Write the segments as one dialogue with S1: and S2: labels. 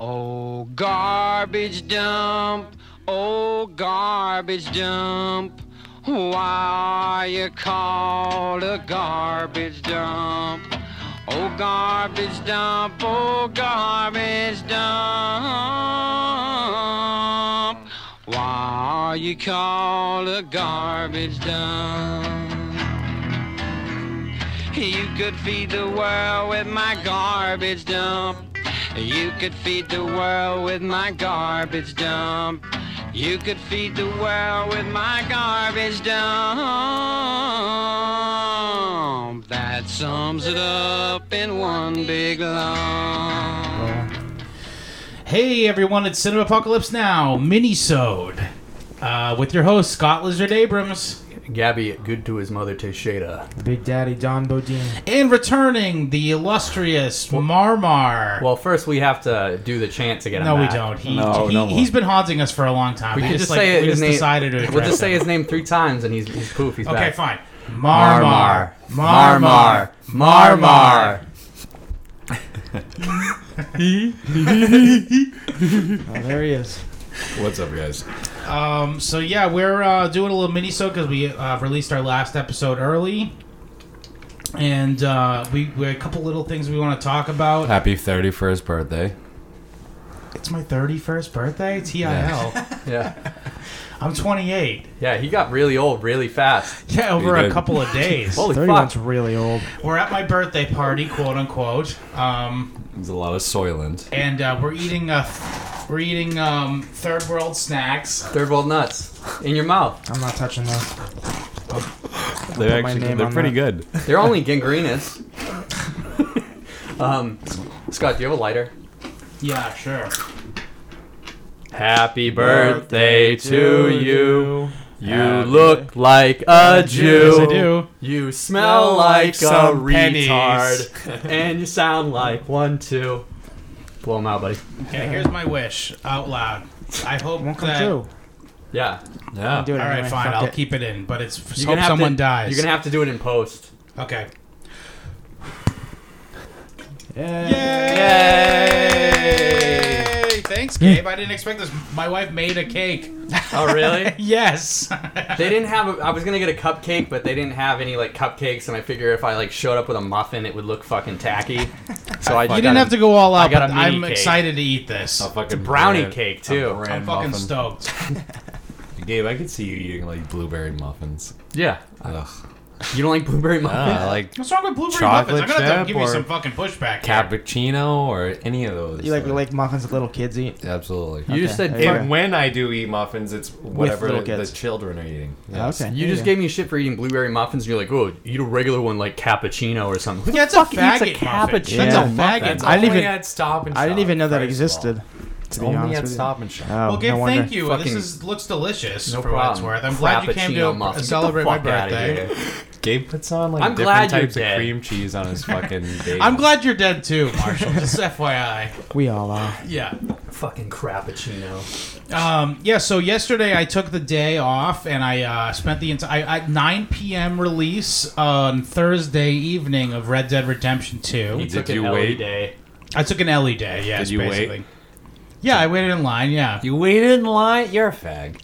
S1: Oh, garbage dump, oh, garbage dump. Why are you called a garbage dump? Oh, garbage dump, oh, garbage dump. Why are you called a garbage dump? You could feed the world with my garbage dump. You could feed the world with my garbage dump. You could feed the world with my garbage dump. That sums it up in one big lump.
S2: Hey everyone, it's Cinema Apocalypse Now, Minisode, uh, with your host Scott Lizard Abrams,
S3: Gabby, good to his mother Teixeira.
S4: Big Daddy Don Bodine.
S2: and returning the illustrious Marmar.
S3: Well, first we have to do the chant to get him
S2: no, we
S3: back.
S2: don't. He,
S5: No,
S2: he
S5: no more.
S2: has been haunting us for a long time.
S3: We
S2: We
S3: can
S2: just,
S3: just
S2: like,
S3: say
S2: we
S3: his
S2: just
S3: name.
S2: decided to
S3: we'll
S2: address
S3: just say
S2: him.
S3: his name three times, and he's, he's poof. He's
S2: Okay,
S3: back.
S2: fine. Marmar, Marmar, Marmar.
S4: Oh, there he is.
S5: What's up, guys?
S2: Um, so yeah, we're uh, doing a little minisode because we uh, released our last episode early, and uh, we, we had a couple little things we want to talk about.
S5: Happy 31st birthday.
S2: It's my 31st birthday. TIL.
S3: Yeah,
S2: I'm 28.
S3: yeah. He got really old really fast.
S2: Yeah, over
S5: You
S2: a
S5: did.
S2: couple of days.
S3: Holy fuck!
S4: 31's really old.
S2: we're at my birthday party, quote unquote. Um,
S5: There's a lot of Soylent.
S2: and uh, we're eating uh, we're eating um, third world snacks.
S3: Third world nuts in your mouth.
S4: I'm not touching those.
S5: They're
S4: my
S5: actually
S4: name
S5: they're
S4: on
S5: pretty
S4: that.
S5: good.
S3: They're only gangrenas. um, Scott, do you have a lighter?
S2: Yeah, sure.
S3: Happy birthday to you. You
S5: Happy-
S3: look like a Jew.
S2: Yes, I do.
S3: You smell like a retard, and you sound like one too. Blow him out, buddy.
S2: Okay, here's my wish out loud. I hope
S4: Won't come
S2: that.
S4: true.
S3: Yeah,
S5: Yeah.
S4: Do it
S2: All right,
S4: anyway.
S2: fine.
S4: Fuck
S2: I'll
S4: it.
S2: keep it in, but it's just
S3: You're
S2: hope
S3: have
S2: someone
S3: to,
S2: dies.
S3: You're gonna have to do it in post.
S2: okay.
S4: Yeah.
S2: Yay! Thanks, Gabe. I didn't expect this. My wife made a cake.
S3: Oh, really?
S2: Yes.
S3: they didn't have. A, I was gonna get a cupcake, but they didn't have any like cupcakes, and I figure if I like showed up with a muffin, it would look fucking tacky. So I.
S5: You
S2: You didn't have to go all out,
S3: I got
S2: but
S3: a mini
S2: I'm
S3: cake.
S2: excited to eat this.
S5: A fucking
S3: brownie
S5: bread-
S3: cake,
S5: a
S3: too.
S5: bread
S2: I'm fucking
S5: muffin.
S2: stoked.
S5: Gabe, I could see you eating like blueberry muffins.
S3: Yeah.
S5: Ugh.
S3: You don't like blueberry muffins?
S5: Ah, like
S2: What's wrong with blueberry
S5: Chocolate
S2: muffins? I'm gonna have
S5: chip
S2: to give you
S5: or
S2: some fucking pushback. here.
S5: cappuccino or any of those.
S4: You like like muffins that little kids eat?
S5: absolutely.
S3: you just
S4: Okay,
S3: said.
S4: there you
S3: fuck-
S5: And when I do eat muffins, it's whatever
S4: little
S5: the,
S4: kids.
S5: children are eating.
S4: Okay.
S3: You just gave me shit for eating blueberry muffins, and you're like, "Oh, eat a regular one like cappuccino or something."
S2: Yeah, it's a
S3: Who the fuck eats
S2: faggot muffin?
S3: cappuccino.
S2: That's
S4: Yeah.
S2: a faggot.
S5: That's
S4: I didn't
S5: only
S4: even-
S5: at Stop and
S4: I didn't
S5: Shop,
S4: even know that
S5: first of
S4: existed. To be
S5: all. Only
S4: honest
S5: at
S4: with you.
S5: Stop and Shop.
S4: Oh,
S2: Well, Gabe,
S4: no wonder.
S2: thank you. This
S3: Fucking-
S2: is looks delicious
S3: No
S2: for what it's
S3: problem.
S2: worth. I'm glad you came to
S3: Frappuccino muffin. Get the
S2: celebrate my
S3: fuck outta
S2: birthday.
S3: here.
S5: Gabe puts on like
S3: I'm
S5: different
S3: glad you're
S5: types
S3: dead.
S5: of cream cheese on his fucking. bagel.
S2: I'm glad you're dead too, Marshall. Just FYI.
S4: We all are.
S2: Yeah.
S3: Fucking crappuccino.
S2: Um, yeah, so yesterday I took the day off and I uh, spent the entire at 9 p.m. release on Thursday evening of Red Dead Redemption 2.
S5: Did you wait?
S3: E Day.
S2: I took an Ellie day, yes,
S5: Did you wait?
S2: basically. Yeah, I waited in line. Yeah.
S5: You waited in line. You're a fag.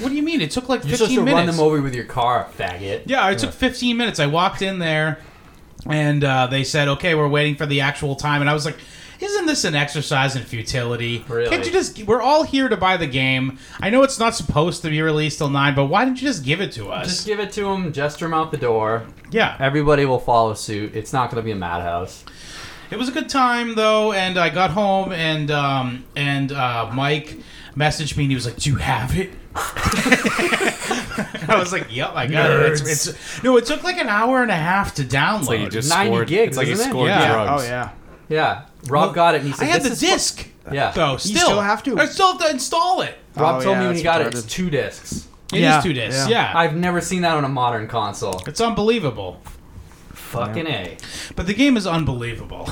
S2: What do you mean? It took like 15
S3: You're supposed to
S2: minutes.
S3: run them over with your car, faggot.
S2: Yeah, it took 15 minutes. I walked in there, and uh, they said, "Okay, we're waiting for the actual time," and I was like. Isn't this an exercise in futility?
S3: Really?
S2: Can't you just? We're all here to buy the game. I know it's not supposed to be released till nine, but why didn't you just give it to us?
S3: Just give it to him. Gesture him out the door.
S2: yeah,
S3: Everybody will follow suit. It's not going to be a madhouse.
S2: it was a good time though, and I got home and um, and uh, Mike messaged me and he was like, "Do you have it?" I was like, "Yep, I got it." It's, it's no, it took like an hour and a half to download.
S5: It's like you just
S3: 90
S5: scored.
S3: gigs,
S5: it's like you
S3: isn't it?
S5: scored
S2: Yeah.
S5: drugs.
S4: Oh yeah.
S3: Yeah. Rob got it. And he
S2: I
S3: said,
S2: had the
S3: this is fu-
S2: disc.
S3: yeah.
S2: though. Still,
S4: still have to.
S2: I still have to install it.
S3: Rob
S4: Oh,
S3: told
S4: yeah,
S3: me when
S4: that's
S3: he got it,
S4: retarded.
S3: it's two discs.
S2: It is
S4: Yeah.
S2: two discs. Yeah.
S4: Yeah.
S3: I've never seen that on a modern console.
S2: it's unbelievable.
S3: Fucking a.
S2: But the game is unbelievable.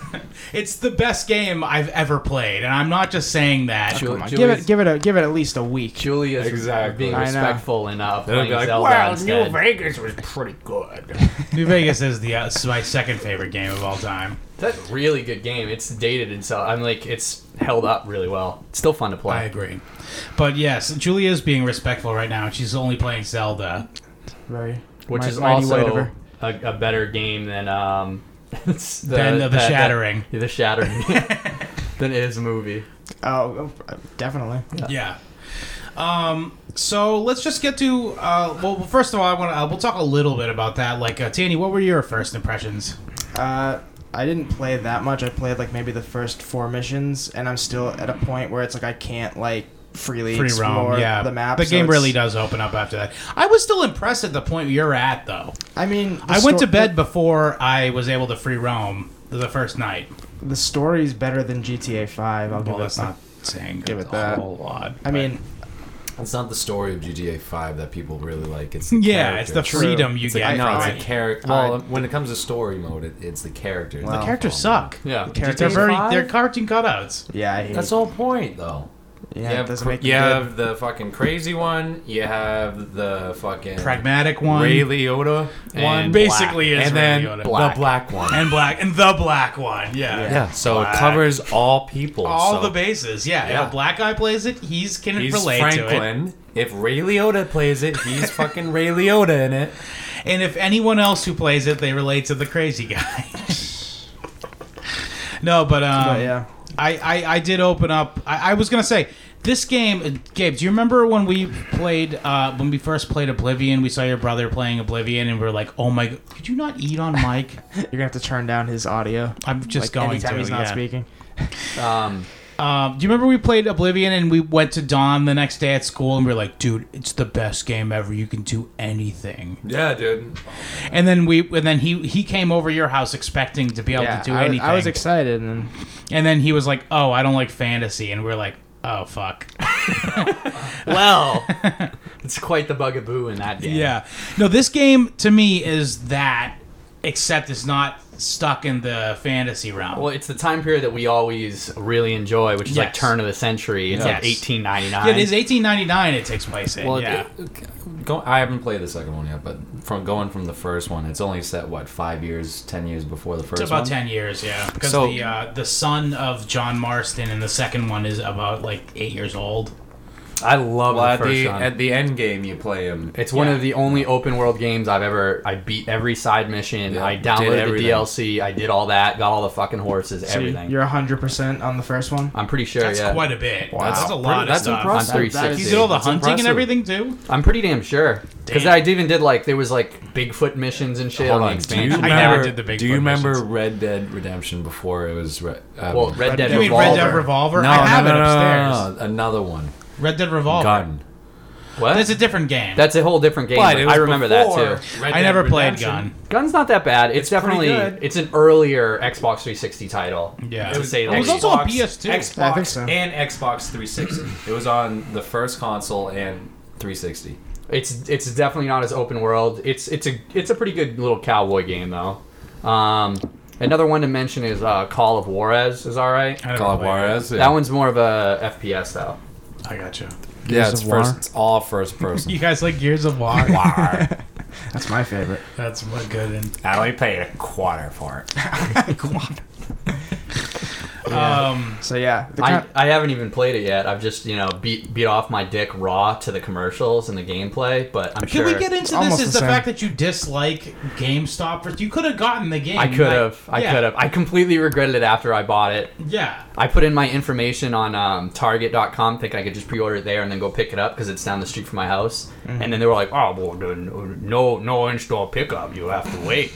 S2: it's the best game I've ever played, and I'm not just saying that.
S3: Ju-
S2: Come on.
S3: Ju-
S4: Give it. Give it. A, give it at least a week.
S3: Julia's
S5: Exactly.
S3: being
S4: I know.
S3: respectful and uh,
S5: They'll be
S3: playing
S5: like,
S3: Zelda
S5: "Well,
S3: instead.
S5: New Vegas was pretty good.
S2: New Vegas is the uh, it's my second favorite game of all time.
S3: That's a really good game. It's dated itself. I'm like, it's held up really well. It's still fun to
S2: I
S3: play.
S2: agree. But yes, Julia is being respectful right now. She's only playing Zelda.
S4: Very.
S3: Which
S4: mi-
S3: is
S4: mighty weight of
S3: also
S4: her.
S3: a, a better game than um, it's the,
S2: Than the,
S3: that- that-
S2: Shattering.
S3: the shattering. than it is a movie.
S4: Oh, uh, definitely.
S2: yeah. Um, so let's just get to uh, well. well, First of all, I want to uh, we'll talk a little bit about that. Like uh, Tanny, what were your first impressions?
S4: Uh, I didn't play that much. I played like maybe the first four missions, and I'm still at a point where it's like I can't like freely
S2: Free
S4: explore
S2: roam, yeah.
S4: the map.
S2: The
S4: so
S2: game
S4: it's-
S2: really does open up after that. I was still impressed at the point you're at, though.
S4: I mean, the
S2: I went to
S4: sto-
S2: bed before I was able to free roam the first night.
S4: The, the story's better than GTA Five.
S2: Well,
S4: I'll give it
S2: that's
S4: that.
S2: not saying
S4: give it
S2: a
S4: that.
S2: whole lot.
S4: I
S2: but-
S4: mean,
S5: It's not the story of GTA 5 that people really like. It's the
S2: yeah, it's the
S5: character.
S4: True.
S2: freedom you
S5: It's
S2: get.
S5: like, no,
S2: from
S5: it's
S2: it.
S5: a character. Well, when it comes to story mode, it, it's the characters.
S4: Well,
S2: The
S5: that
S4: um,
S5: follow.
S2: characters
S4: oh,
S2: suck.
S3: Yeah.
S2: They're
S4: characters.
S2: very
S5: five?
S2: they're cartoon cutouts.
S4: Yeah, I hate.
S5: That's the whole point, though.
S4: yeah,
S5: you
S4: it
S5: have,
S4: doesn't
S5: cr-
S4: make
S5: you
S4: me good.
S5: have the fucking crazy one. You have the fucking
S2: Pragmatic one,
S5: Ray Liotta
S2: one
S5: and
S2: basically
S5: black.
S2: is
S5: and
S2: Ray
S5: then
S2: Liotta.
S5: the black one.
S2: and black and the black one. Yeah.
S4: Yeah.
S5: yeah, so
S2: Black.
S5: it covers all people.
S2: All
S5: so
S2: the bases, yeah.
S5: Yeah.
S2: If a black guy plays it, he's can
S5: He's
S2: relate to it.
S5: Franklin. If Ray Liotta plays it, he's fucking Ray Liotta in it.
S2: And if anyone else who plays it, they relate to the crazy guy. no, but um,
S4: But yeah,
S2: I, I, I did open up. I, I was gonna say this game, uh, Gabe. Do you remember when we played uh, when we first played Oblivion? We saw your brother playing Oblivion, and we were like, "Oh my! g- Could you not eat on mic?"
S4: you're gonna have to turn down his audio.
S2: I'm just
S4: like,
S2: going
S4: anytime
S2: to.
S4: he's not
S2: yeah.
S4: speaking.
S3: Um,
S2: Um, do you remember we played Oblivion and we went to Dawn the next day at school, and we were like, "Dude, it's the best game ever. You can do anything."
S5: Yeah, dude.
S2: And then we and then he he came over your house expecting to be able
S4: yeah,
S2: to do
S4: I, was-
S2: anything.
S4: I was excited, and
S2: and then he was like, "Oh, I don't like fantasy," and we are like, "Oh fuck."
S3: well, it's quite the bugaboo in that game.
S2: Yeah. No, this game to me is that, except it's not stuck in the fantasy realm.
S3: Well, it's the time period that we always really enjoy, which is like
S2: Yes.
S3: turn of the century. It's like
S2: Yes.
S3: 1899.
S2: yeah, it is 1899 it takes place in.
S5: Well,
S2: yeah.
S5: it- go, I haven't played the second one yet, but from going from the first one, it's only set what five years, ten years before the first
S2: it's about
S5: one.
S2: 10 years, yeah. Because
S5: So-
S2: the, uh, the son of John Marston in the second one is about like eight years old.
S3: I love
S5: Well,
S3: the
S5: at
S3: first
S5: the
S3: one.
S5: at the end game, you play him.
S3: It's one
S2: Yeah.
S3: of the only open world games I've ever. I beat every side mission.
S5: Yeah,
S3: I
S5: did
S3: downloaded the
S5: everything.
S3: DLC. I did all that. Got all the fucking horses.
S4: so you-
S3: everything.
S4: you're 100 percent on the first one.
S3: I'm pretty sure.
S2: That's
S3: yeah.
S2: quite a bit.
S4: Wow.
S2: That's a
S5: Pretty-
S2: lot
S5: that's
S2: of stuff.
S5: impressive.
S3: I'm
S5: That-
S3: three
S4: that is-
S2: He
S3: sixty.
S2: did all the
S5: That's
S2: hunting and
S5: impressive.
S2: everything too.
S3: I'm pretty damn sure. Because
S2: Damn.
S3: I even did like there was like Bigfoot missions and shit
S5: Hold
S3: on the
S5: on, do you
S3: expansion.
S5: remember,
S2: I never did the big
S5: Do you
S2: foot
S5: remember
S2: missions.
S5: Red Dead Redemption before it was? Re- um,
S3: Well, Red Dead
S2: you mean
S3: Revolver.
S2: Red Dead Revolver?
S5: No,
S2: I have
S5: no,
S2: it
S5: no, no, no,
S2: upstairs.
S5: no, no, another one.
S2: Red Dead Revolver.
S5: Gun.
S3: What?
S2: That's
S3: That's
S2: a
S3: a,
S2: different game.
S3: whole different game.
S5: But
S3: but
S5: it was
S3: I remember
S5: before
S3: that too.
S5: Red
S2: I
S5: Dead
S2: never played
S5: Redemption.
S2: Gun.
S3: Gun's not that bad. It's,
S5: pretty
S3: definitely
S5: good.
S3: it's an earlier Xbox 360 title.
S2: Yeah.
S3: To
S2: It was-
S3: say
S2: it
S3: the
S2: was
S3: least.
S2: also- on PS2.
S5: Xbox,
S4: I think so.
S5: And Xbox 360. it was on the first console and 360.
S3: It's it's definitely not as open world. It's it's a it's a pretty good little cowboy game though. Um, another one to mention is uh, Call of Juarez is all right.
S2: I never
S5: Call of
S2: played it.
S5: Juarez. Yeah.
S3: That one's more of a FPS though.
S2: I got you.
S5: Yeah,
S4: Gears
S5: it's
S4: of War.
S5: first. It's all first person.
S2: You guys like Gears of War?
S4: That's my favorite.
S2: That's what good and
S5: I only played a quarter part. Oh,
S2: um
S4: So yeah, the
S3: I,
S4: con-
S3: I haven't even played it yet. I've just you know beat beat off my dick raw to the commercials and the gameplay. But
S2: Can
S3: I'm sure
S2: we get
S4: It's
S2: into this?
S4: almost
S2: Is
S4: the
S2: the
S4: same.
S2: fact that you dislike GameStop? First, you could have gotten the game.
S3: I could have.
S2: Like,
S3: I
S2: yeah,
S3: could have. I completely regretted it after I bought it.
S2: Yeah,
S3: I put in my information on um, Target.com, think I could just pre-order it there and then go pick it up because it's down the street from my house.
S5: Mm-hmm.
S3: And then they were like, "Oh, well, then no, no in-store pickup. You have to wait."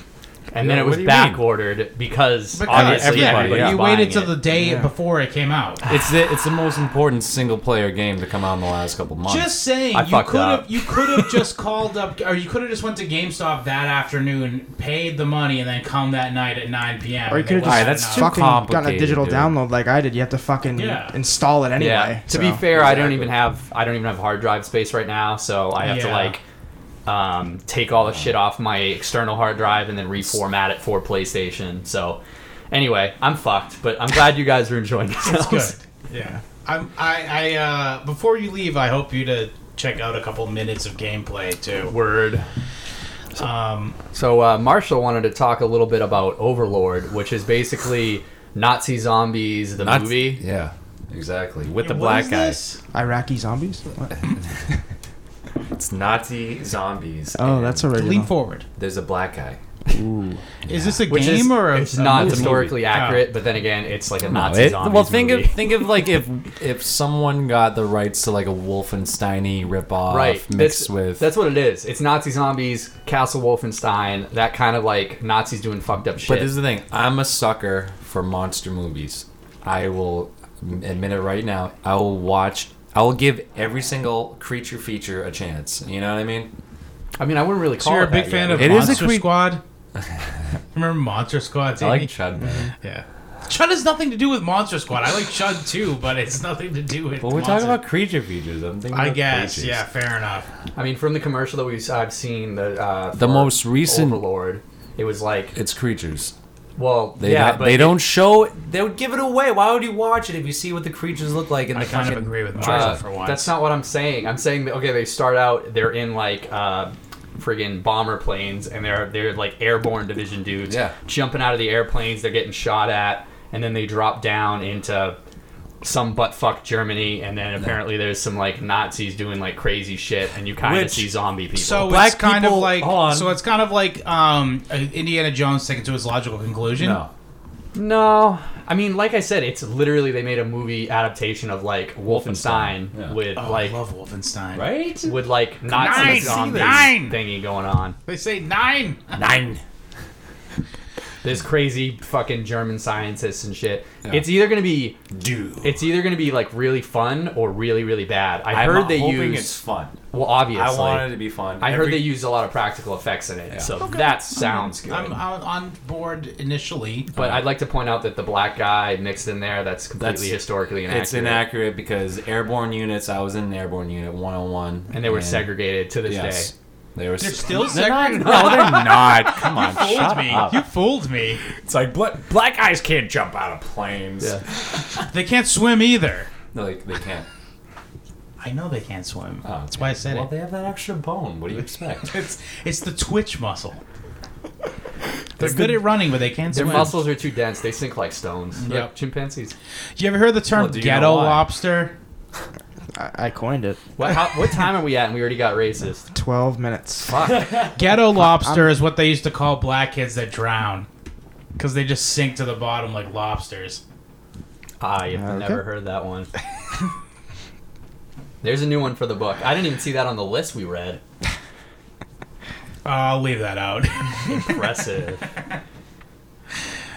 S3: And then
S5: Yeah,
S3: it
S5: what
S3: was
S5: do you
S3: back
S5: mean?
S3: ordered because,
S2: because
S3: obviously
S2: yeah,
S5: everybody-
S3: everybody's
S5: yeah.
S2: you
S3: buying
S2: waited till
S3: it.
S2: the day
S4: Yeah.
S2: before it came out.
S5: It's the it's the most important single player game to come out in the last couple months.
S2: Just saying,
S3: I
S2: you
S3: fucked
S2: could have
S3: up.
S2: you could have just called up, or you could have just went to GameStop that afternoon, paid the money, and then come that night at 9 p.m.
S4: or you
S2: and they
S4: could have just
S5: Alright,
S2: wouldn't
S5: that's
S2: have
S5: too
S2: known.
S4: fucking gotten a
S5: complicated,
S4: digital
S5: dude.
S4: download like I did. You have to fucking
S2: Yeah.
S4: install it anyway.
S3: yeah. To be
S4: so.
S3: fair, I don't
S5: Exactly.
S3: even have I don't even have hard drive space right now, so I have to
S2: Yeah.
S3: like um, take all the shit off my external hard drive and then reformat it for PlayStation. So anyway, I'm fucked. But I'm glad you guys are enjoying yourselves.
S2: It's good. Yeah. I'm, I, I, uh, before you leave, I hope you to check out a couple minutes of gameplay too.
S3: Word.
S2: Um,
S3: So uh, Marshall wanted to talk a little bit about Overlord, which is basically Nazi zombies, the
S5: Not-
S3: movie.
S5: Yeah, exactly. With the
S2: what
S5: black
S2: is
S5: guy.
S2: this?
S4: Iraqi zombies? What?
S5: It's Nazi zombies.
S4: Oh,
S5: and
S4: that's original.
S2: Lean forward.
S5: There's a black guy.
S2: Is this a
S3: Which
S2: game
S3: is
S2: or a,
S3: it's
S2: a
S3: not
S2: movie?
S3: historically
S2: Oh.
S3: accurate, but then again, it's like a
S5: No,
S3: Nazi
S5: it-
S3: zombies
S5: well, think
S3: movie.
S5: of think of like if if someone got the rights to like a Wolfenstein ripoff
S3: right
S5: mixed
S3: that's,
S5: with
S3: that's what it is. It's Nazi zombies, Castle Wolfenstein, that kind of like Nazis doing fucked up shit.
S5: But this is the thing. I'm a sucker for monster movies. I will admit it right now. I will watch. I will give every single creature feature a chance. You know what I mean?
S3: I mean, I wouldn't really
S2: So
S3: call
S2: you're
S3: it
S2: a big
S3: that
S2: fan
S3: yet.
S2: of
S5: It is a
S2: Monster
S5: cre-
S2: Squad? Remember Monster Squad?
S5: I like
S2: Jamie?
S5: Chud.
S3: Mm-hmm.
S5: better.
S2: yeah. Chud has nothing to do with Monster Squad. I like Chud too, but it's nothing to do with.
S5: Well, we're
S2: Monster-
S5: talking about creature features. I'm thinking.
S2: I
S5: about
S2: guess.
S5: creatures.
S2: Yeah, fair enough.
S3: I mean, from the commercial that we've I've seen, the uh,
S5: The
S3: for
S5: most recent-
S3: Overlord, it was like,
S5: It's creatures.
S3: well,
S5: They
S3: yeah,
S5: don't,
S3: but
S5: they
S3: it-
S5: don't show. They would give it away. Why would you watch it if you see what the creatures look like in
S2: I
S5: the
S2: kind of
S5: fucking-
S2: agree with Marshall
S5: trailer
S3: Uh,
S2: for once.
S3: That's not what I'm saying. I'm saying that okay, they start out, they're in like uh, friggin' bomber planes, and they're they're like airborne division dudes,
S5: Yeah.
S3: jumping out of the airplanes. They're getting shot at, and then they drop down into some butt fuck Germany, and then apparently there's some like Nazis doing like crazy shit, and you kind of
S5: Which-
S3: see zombie people.
S2: So
S5: Black
S2: it's kind
S5: people-
S2: of like
S5: hold on.
S2: so it's kind of like um, uh, Indiana Jones taken to his logical conclusion.
S5: No.
S3: no, I mean, like I said, it's literally they made a movie adaptation of like Wolfenstein,
S5: Wolfenstein, yeah.
S3: with
S2: Oh,
S3: like
S2: I love Wolfenstein.
S5: Right?
S3: with like Nazi
S2: Nine,
S3: zombie
S2: nine.
S3: thingy going on.
S2: They say nine.
S5: Nine.
S3: this crazy fucking German scientists and shit.
S5: Yeah.
S3: It's either gonna be
S5: Do.
S3: it's either gonna be like really fun or really really bad. I
S5: I'm
S3: heard they
S5: hoping
S3: use
S5: it's fun.
S3: well obviously.
S5: I want it to be fun.
S3: I heard
S5: Every-
S3: they use a lot of practical effects in it,
S5: Yeah.
S3: so that sounds good.
S2: I'm out on board initially.
S3: but I'd like to point out that the black guy mixed in there that's completely
S5: That's-
S3: historically inaccurate.
S5: It's inaccurate because airborne units. I was in an airborne unit 101,
S3: and they were segregated to this
S5: Yes,
S3: day.
S5: they were.
S2: They're
S5: se-
S2: still
S5: not-
S2: segregated.
S5: no, they're not. Come
S2: You
S5: on,
S2: fooled
S5: shut
S2: me.
S5: up.
S2: You fooled me.
S5: It's like black, black guys can't jump out of planes.
S3: Yeah.
S2: They can't swim either.
S5: No, they, they can't.
S2: I know they can't swim.
S5: Oh,
S2: That's why I said
S5: well,
S2: it.
S5: they have that extra bone. What do you expect?
S2: It's it's the twitch muscle. They're good at running, but they can't
S3: Their
S2: swim.
S3: muscles are too dense; they sink like stones. Like
S2: Yep.
S3: chimpanzees.
S2: You ever heard the term
S5: Well, do you
S2: ghetto
S5: know why?
S2: lobster?
S4: I, I coined it.
S3: What, how, what time are we at? And we already got racist.
S4: Twelve minutes.
S2: Ghetto lobster is what they used to call black kids that drown, because they just sink to the bottom like lobsters.
S3: I have
S2: Uh,
S4: Okay.
S3: never heard that one. There's a new one for the book. I didn't even see that on the list we read.
S2: Uh, I'll leave that out.
S3: Impressive.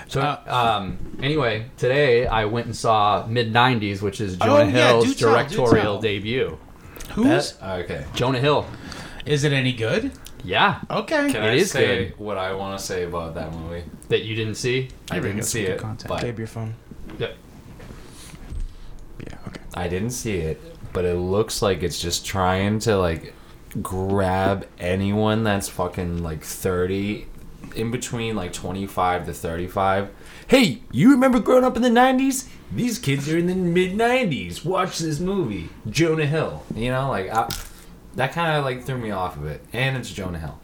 S3: So,
S2: Uh,
S3: um, anyway, today I went and saw Mid 90s, which is Jonah
S2: Oh, yeah, do
S3: Hill's
S2: tell, do
S3: directorial
S2: tell.
S3: debut.
S2: Who's
S5: okay.
S3: Jonah Hill.
S2: is it any good?
S3: Yeah.
S2: Okay.
S5: Can
S3: It
S5: I
S3: is
S5: say what I want to say about that movie?
S3: That you didn't see.
S5: I didn't see it,
S2: content.
S5: but
S4: Gabe, your phone.
S3: Yeah.
S4: Yeah. Okay.
S5: I didn't see it. But it looks like it's just trying to like grab anyone that's fucking like thirty, in between like twenty five to thirty five. Hey, you remember growing up in the nineties? These kids are in the mid nineties. Watch this movie, Jonah Hill. You know, like I, that kind of like threw me off of it. And it's Jonah Hill.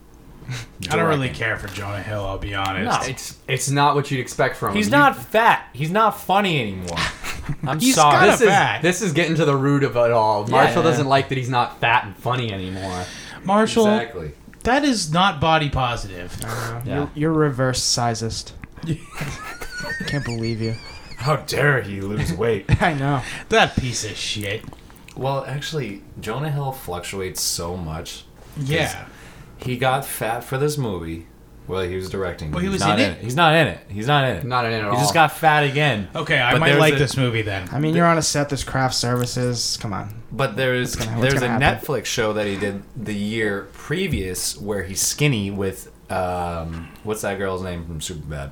S2: I don't really care for Jonah Hill. I'll be honest.
S5: No.
S3: It's it's not what you'd expect from him.
S5: He's
S3: You-
S5: not fat. He's not funny anymore. I'm
S2: He's
S5: sorry.
S2: kinda
S3: This is,
S2: fat.
S3: this is getting to the root of it all. Marshall
S5: yeah.
S3: doesn't like that he's not fat and funny anymore.
S2: Marshall,
S5: exactly.
S2: that is not body positive.
S3: Yeah.
S4: You're, you're reverse sizist. Can't believe you.
S5: How dare he lose weight?
S4: I know.
S2: that piece of shit.
S5: well, actually, Jonah Hill fluctuates so much.
S2: Yeah.
S5: He got fat for this movie. Well, he was directing.
S2: Well, he
S5: He's
S2: was
S5: not
S2: in it.
S5: He's not in it. He's not in it.
S3: Not in it at
S5: He just
S3: all.
S5: got fat again.
S2: Okay, I
S5: But
S2: might
S5: there's
S2: like
S5: a-
S2: this movie then.
S4: I mean, you're on a set. There's craft services. Come on.
S5: But there's
S4: gonna- what's
S5: there's a
S4: gonna happen?
S5: Netflix show that he did the year previous where he's skinny with um what's that girl's name from Superbad? Uh,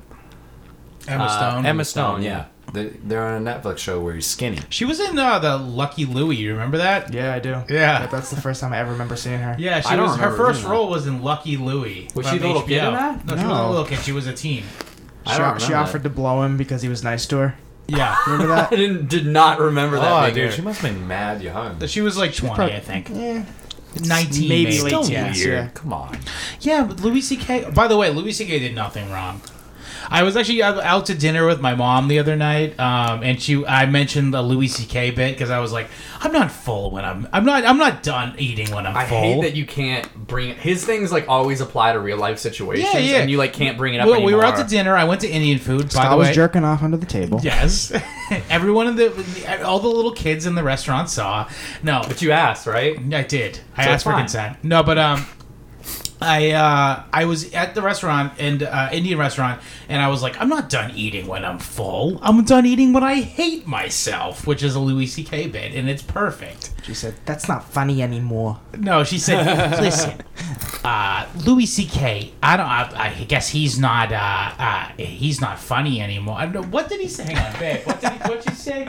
S2: Emma
S3: Uh,
S2: Stone.
S5: Emma Stone. Yeah, They- they're on a Netflix show where he's skinny.
S2: She was in uh, the Lucky Louie. You remember that?
S4: Yeah, I do.
S2: Yeah.
S4: That- that's the first time I ever remember seeing her.
S2: Yeah, she
S3: I don't
S2: was. Her
S3: remember
S2: first
S3: doing that.
S2: role was in Lucky Louie.
S3: Was
S2: from
S3: she the little kid in
S2: HBO.
S3: that?
S2: No, she wasn't a
S4: No.
S2: little kid. She was a teen.
S3: I
S4: She,
S3: don't
S4: she
S3: remember
S4: offered to blow him because he was nice to her.
S2: Yeah,
S4: Remember that?
S3: I didn't, did not remember that.
S5: Oh,
S3: being
S5: dude,
S3: her.
S5: she must have been mad young.
S2: she was like twenty,
S4: prob-
S2: I think.
S4: yeah.
S2: nineteen,
S4: maybe
S2: maybe.
S4: late
S5: Still
S4: teens,
S5: weird.
S4: yeah.
S5: Come on.
S2: Yeah, but Louis C.K. By the way, Louis C.K. did nothing wrong. I was actually out- out to dinner with my mom the other night, um, and she I mentioned the Louis C.K. bit because I was like, I'm not full when I'm I'm not I'm not done eating when I'm
S3: I
S2: full.
S3: hate that you can't bring it. His things like always apply to real life situations,
S2: Yeah, yeah.
S3: and you like can't bring it up.
S2: well, we were out
S3: anymore.
S2: to dinner. I went to Indian food. by
S4: Scott
S2: the
S4: was
S2: way,
S4: jerking off under the table.
S2: Yes, everyone in the all the little kids in the restaurant saw. No,
S3: But you asked, right?
S2: I did. I
S3: So
S2: asked
S3: it's
S2: for
S3: fine.
S2: consent. No, but um, I uh, I was at the restaurant and uh, Indian restaurant, and I was like, I'm not done eating when I'm full. I'm done eating when I hate myself, which is a Louis C.K. bit, and it's perfect.
S4: She said, "That's not funny anymore."
S2: No, she said, "Listen, uh, Louis C.K. I don't. I, I guess he's not. Uh, uh, he's not funny anymore. I don't know what did he say. Hang on, babe. What did he, what'd she say?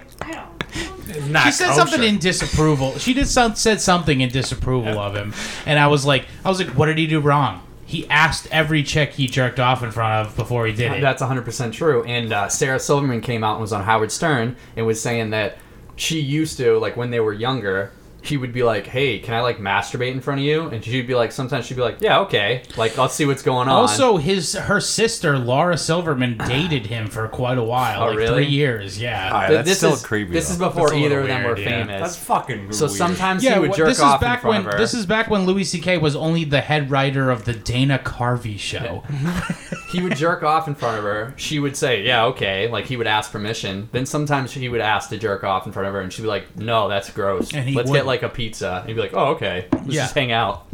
S5: Not
S2: She said
S5: kosher.
S2: something in disapproval. She did some, said something in disapproval of him, and I was like, I was like, what did he do wrong? He asked every chick he jerked off in front of before he did it.
S3: That's 100% true. And uh, Sarah Silverman came out and was on Howard Stern and was saying that she used to, like, when they were younger, she would be like, hey, can I, like, masturbate in front of you? And she'd be like, sometimes she'd be like, yeah, okay. Like, I'll see what's going on.
S2: also, his her sister Laura Silverman dated him for quite a while,
S3: Oh,
S2: like
S3: really?
S2: three years. Yeah.
S5: All right,
S3: Th-
S5: that's
S3: this
S5: still
S3: is,
S5: creepy.
S3: This is
S5: though.
S2: That's
S3: before
S2: a little
S3: either of them
S2: weird,
S3: were
S2: yeah.
S3: famous.
S5: That's fucking.
S3: so
S5: weird.
S3: sometimes he would
S2: wh-
S3: jerk
S2: this
S3: off
S2: is back
S3: in front
S2: when
S3: of her.
S2: this is back when Louis C.K. was only the head writer of the Dana Carvey show.
S3: he would jerk off in front of her. She would say, "Yeah, okay." Like he would ask permission. Then sometimes he would ask to jerk off in front of her, and she'd be like, "No, that's gross.
S2: And he
S3: Let's
S2: wouldn't.
S3: get like a pizza." And he'd be like, "Oh, okay. Let's
S2: Yeah.
S3: just hang out."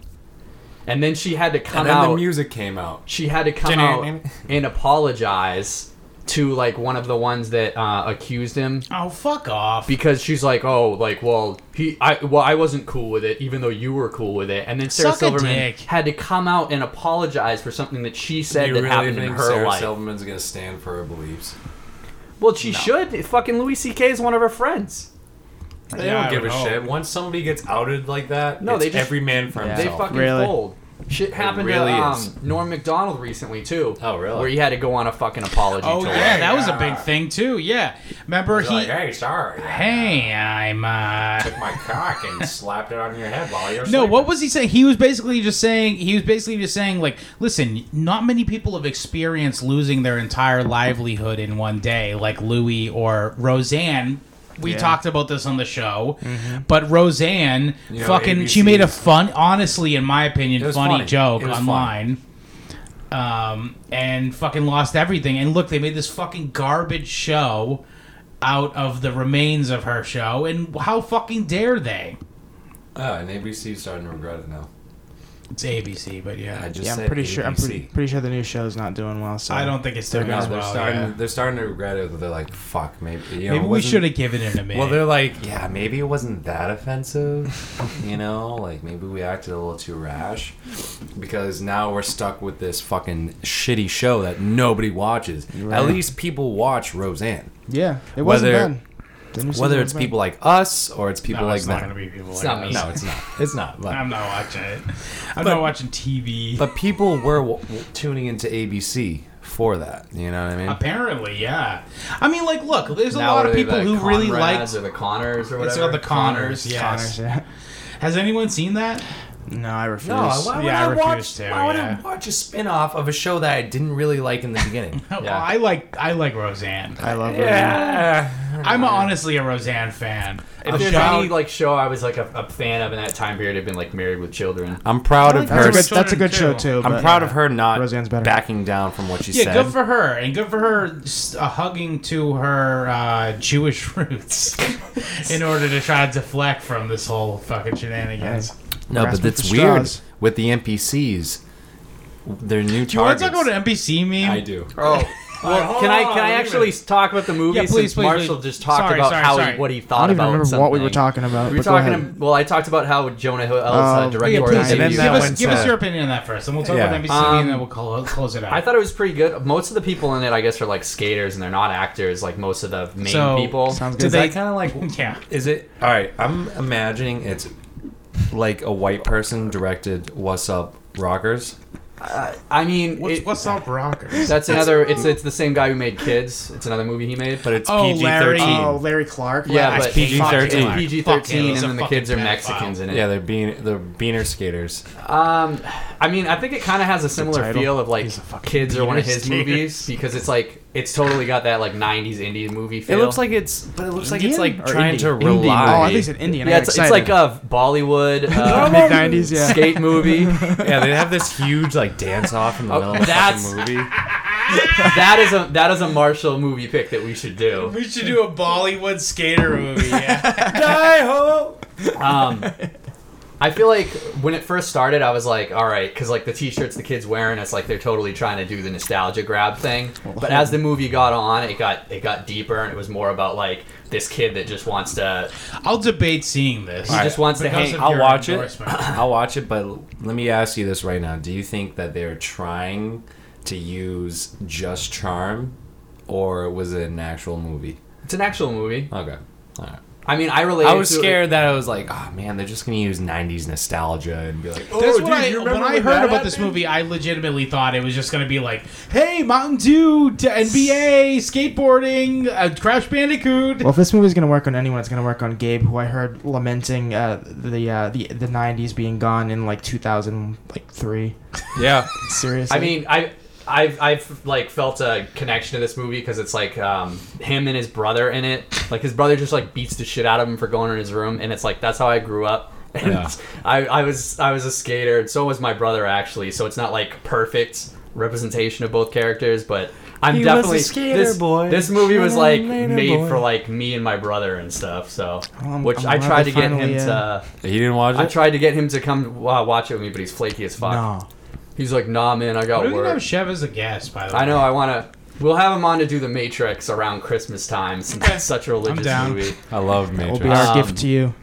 S3: And then she had to come
S5: And then
S3: out.
S5: the music came out.
S3: she had to come out and apologize to like one of the ones that uh, accused him
S2: oh, fuck off.
S3: because she's like, "Oh, like, well, he, I, well, I wasn't cool with it, even though you were cool with it." And then Sarah
S2: Suck a
S3: Silverman
S2: dick.
S3: had to come out and apologize for something that she
S5: Do
S3: said
S5: you
S3: that
S5: really
S3: happened in
S5: think
S3: her
S5: Sarah
S3: life.
S5: Silverman's gonna stand for her beliefs?
S3: Well, she should. Fucking Louis C.K. is one of her friends.
S5: They
S2: Yeah, I
S5: don't give
S2: don't
S5: a
S2: know.
S5: shit. Once somebody gets outed like that,
S3: No,
S5: it's
S3: they just-
S5: every man for
S3: They
S5: himself.
S3: fucking
S4: Really?
S3: fold. Shit happened
S5: really
S3: to
S5: is.
S3: um, Norm Macdonald recently too.
S5: Oh, really?
S3: Where he had to go on a fucking apology
S2: Oh
S3: tour.
S2: yeah, that was a
S5: yeah.
S2: big thing too. Yeah, remember
S5: He's
S2: he?
S5: like, hey, sorry.
S2: hey, I'm. uh...
S5: took my cock and slapped it on your head while you're
S2: No, what was he saying? He was basically just saying he was basically just saying like, listen, not many people have experienced losing their entire livelihood in one day, like Louis or Roseanne. We
S4: Yeah.
S2: talked about this on the show, but Roseanne
S5: Mm-hmm. You know,
S2: fucking she
S5: ABC's
S2: made a fun, honestly, in my opinion,
S5: It
S2: funny,
S5: was funny.
S2: joke
S5: It was
S2: online. Um, and fucking lost everything. And look, they made this fucking garbage show out of the remains of her show. And how fucking dare they?
S5: Oh, and ABC's starting to regret it now.
S2: It's ABC, but yeah.
S5: I just
S4: Yeah, I'm
S5: said
S4: pretty sure. I'm pretty,
S5: ABC.
S4: pretty sure the new show's not doing well. So
S2: I don't think it's
S5: They're,
S2: doing as
S5: they're
S2: well.
S5: starting.
S2: yeah.
S5: They're starting to regret it. They're like, "Fuck, maybe." You know,
S2: Maybe
S5: it
S2: we
S5: wasn't-
S2: should have given it a minute.
S5: Well, they're like, "Yeah, maybe it wasn't that offensive." you know, like maybe we acted a little too rash, because now we're stuck with this fucking shitty show that nobody watches.
S4: Right.
S5: At least people watch Roseanne.
S4: Yeah, it
S5: Whether-
S4: wasn't bad. The new season
S5: Whether it's
S4: wasn't bad.
S5: people like us or it's people
S2: no,
S5: like
S2: it's not
S5: them.
S2: going to be people
S3: It's
S2: like us.
S3: not
S2: Um,
S3: me.
S5: No, it's not. It's not. But,
S2: I'm not watching it. I'm not watching TV.
S5: but people were w- w- tuning into ABC for that. You know what I mean?
S2: Apparently, yeah. I mean, like, look, there's a
S3: Now
S2: lot
S3: what
S2: of
S3: are they,
S2: people
S3: the
S2: who really
S3: Conrads
S2: liked.
S3: or the Connors or whatever.
S2: It's about the Connors. Yes.
S4: Connors, yeah.
S2: Has anyone seen that?
S4: No, I refuse.
S2: would Yeah, I I refuse watch- to, why would I yeah.
S5: watch a spin-off of a show that I didn't really like in the beginning?
S2: Oh, I like I like Roseanne.
S4: I love
S5: yeah.
S2: I'm honestly a Roseanne fan.
S3: If
S2: I'm
S3: there's
S2: shocked-
S3: any like show I was like a, a fan of in that time period, had been like Married with Children.
S5: I'm proud of
S4: That's
S5: her.
S4: a good. That's a
S2: Children
S4: good show
S2: too.
S4: too.
S5: I'm
S4: but,
S5: proud
S4: yeah.
S5: of her not
S4: Roseanne's better.
S5: backing down from what she
S2: yeah,
S5: said.
S2: good for her, and good for her s- uh, hugging to her uh, Jewish roots in order to try to deflect from this whole fucking shenanigans.
S5: no, but
S4: Grasping
S5: that's
S4: for
S5: weird
S4: straws.
S5: with the NPCs. Their new
S2: Do you want
S5: targets.
S2: to talk about an NPC meme?
S5: I do.
S3: Oh. Well, can I can I actually talk about the movie
S2: Yeah, please,
S3: since
S2: please,
S3: Marshall
S2: please.
S3: just talked
S2: Sorry,
S3: about
S2: sorry,
S3: how
S2: sorry.
S3: He, what he
S4: I
S3: thought
S4: don't even
S3: about
S4: remember
S3: something.
S4: what we were talking about.
S3: We were
S4: but go
S3: talking.
S4: ahead.
S3: Well, I talked about how Jonah Hill's
S4: Oh.
S3: uh,
S4: Yeah,
S2: Yeah,
S3: directorial
S2: please,
S5: And then
S2: give,
S3: debut.
S5: that
S2: us,
S5: went
S2: give us
S5: to-
S2: your opinion on that first, and we'll talk
S5: Yeah.
S2: about NBC and then we'll call, close it out.
S3: I thought it was pretty good. Most of the people in it, I guess, are like skaters and they're not actors. Like most of the main
S2: So-
S3: people.
S4: Sounds
S5: Is
S4: good.
S5: that kind of like
S2: yeah.
S5: Is it all right? I'm imagining it's like a white person directed "What's Up Rockers,"
S3: Uh, I mean,
S2: What's,
S3: it-
S2: what's up, rockers?
S3: that's another. It's it's the same guy who made Kids. It's another movie he made.
S5: But it's
S2: Oh,
S5: PG
S2: Larry.
S4: Oh,
S5: thirteen.
S4: Larry Clark.
S3: yeah,
S2: That's
S3: but
S5: PG-13.
S3: It's
S2: Fuck
S3: PG-13,
S2: yeah,
S3: and
S2: he's a
S3: then the
S2: fucking
S3: kids are
S2: pedophile.
S3: Mexicans in it.
S5: Yeah, they're bean they're beaner skaters.
S3: Um, I mean, I think it kind of has a similar
S4: title.
S3: feel of like
S4: He's a fucking
S3: kids are one of
S2: penis
S3: his
S2: gator.
S3: movies because it's like it's totally got that like '90s Indian movie
S5: It
S3: feel.
S5: looks like it's, but it looks like it's
S4: Indian
S5: like
S4: or
S5: trying to
S3: Indian? Indian.
S5: rely.
S4: Oh, I think it's an Indian. I
S3: yeah,
S4: got
S3: it's, it's like
S4: excited.
S3: a Bollywood uh,
S4: mid nineties. Yeah.
S3: skate movie.
S5: yeah, they have this huge like dance off in the
S3: Oh,
S5: middle of the
S3: that's-
S5: fucking movie.
S3: That is a that is a martial movie pick that we should do.
S2: We should do a Bollywood skater movie. Yeah.
S5: Die ho!
S3: Um, I feel like when it first started, I was like, all right, because like the T-shirts the kids wearing, it's like they're totally trying to do the nostalgia grab thing. But as the movie got on, it got it got deeper, and it was more about like this kid that just wants to
S2: I'll debate seeing this.
S3: he just wants to
S2: Because
S3: hang.
S2: of
S5: I'll
S2: your
S5: watch it.
S2: endorsement.
S5: I'll watch it, but l- let me ask you this right now. Do you think that they're trying to use just charm or was it an actual movie?
S3: It's an actual movie.
S5: Okay. All right.
S3: I mean, I relate.
S5: I was
S3: to it-
S5: scared that I was like, oh man, they're just going to use 90s nostalgia and be like, oh,
S2: That's
S4: Oh,
S2: what
S4: dude,
S2: I
S4: you
S2: when
S4: remember
S2: I
S4: when
S2: heard
S4: that
S2: about this
S4: happened?
S2: movie, I legitimately thought it was just gonna be like, "Hey, Mountain Dew, to NBA, skateboarding, uh, Crash Bandicoot."
S4: Well, if this movie's gonna work on anyone, it's gonna work on Gabe, who I heard lamenting uh, the uh, the the '90s being gone in like 2003.
S5: yeah.
S4: Seriously,
S3: I mean, I. I've, I've like felt a connection to this movie because it's like um, him and his brother in it. Like his brother just like beats the shit out of him for going in his room, and it's like that's how I grew up. And
S5: Yeah.
S3: I, I was I was a skater, and so was my brother actually. So it's not like perfect representation of both characters, but I'm
S5: He was a
S3: definitely
S5: skater
S3: this,
S5: boy.
S3: This movie was like
S5: Later
S3: made
S5: boy.
S3: for like me and my brother and stuff. So
S4: Well, I'm-
S3: which
S4: I'm
S3: i
S4: glad
S3: tried
S4: they
S3: to get him
S4: finally, uh,
S3: to
S5: He didn't watch it?
S3: I tried to get him to come uh, watch it with me, but he's flaky as fuck.
S4: no.
S3: He's like, nah, man, I got
S2: Why do we
S3: work.
S2: have Chev as a guest? By the way,
S3: I know. I want to. We'll have him on to do the Matrix around Christmas time since it's such a religious
S2: down.
S3: movie.
S5: I love
S4: That will
S5: Matrix.
S4: be
S3: Um,
S4: our gift to you.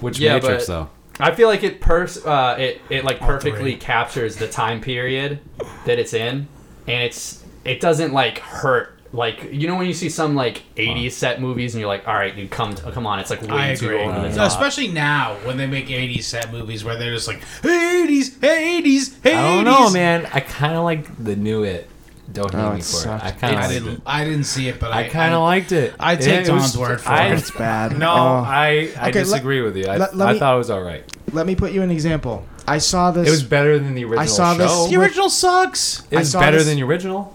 S5: Which
S3: yeah,
S5: Matrix,
S3: but-
S5: though?
S3: I feel like it pers- uh, it, it like perfectly
S2: three.
S3: captures the time period that it's in, and it's it doesn't like hurt. Like you know when you see some like '80s set movies and you're like, all right, dude, come come on, it's like way
S2: I
S3: too
S2: agree.
S3: over the
S2: No,
S3: top.
S2: Especially now when they make 80s set movies where they're just like, hey, 80s, hey, 80s, hey,
S5: I don't
S2: 80s.
S5: know, man. I kind of like the new it. Don't hate
S4: Oh,
S5: me
S4: it
S5: for
S4: sucked.
S5: it. I
S2: I
S5: kind of liked
S2: didn't,
S5: it.
S2: I didn't see it, but I,
S5: I kind of liked it.
S2: I
S5: It
S2: take
S5: was-
S2: Tom's word for
S5: I-
S2: it.
S4: It's bad.
S5: No,
S4: Oh.
S5: I, I
S4: Okay, let-
S5: disagree with you. I,
S4: let- let
S5: I
S4: me-
S5: thought it was all right.
S4: Let me put you an example. I saw this.
S5: It was better than the original.
S4: I saw this-
S5: show.
S2: The original sucks.
S5: It
S4: I
S5: was
S4: saw
S5: better
S4: this-
S5: than the original.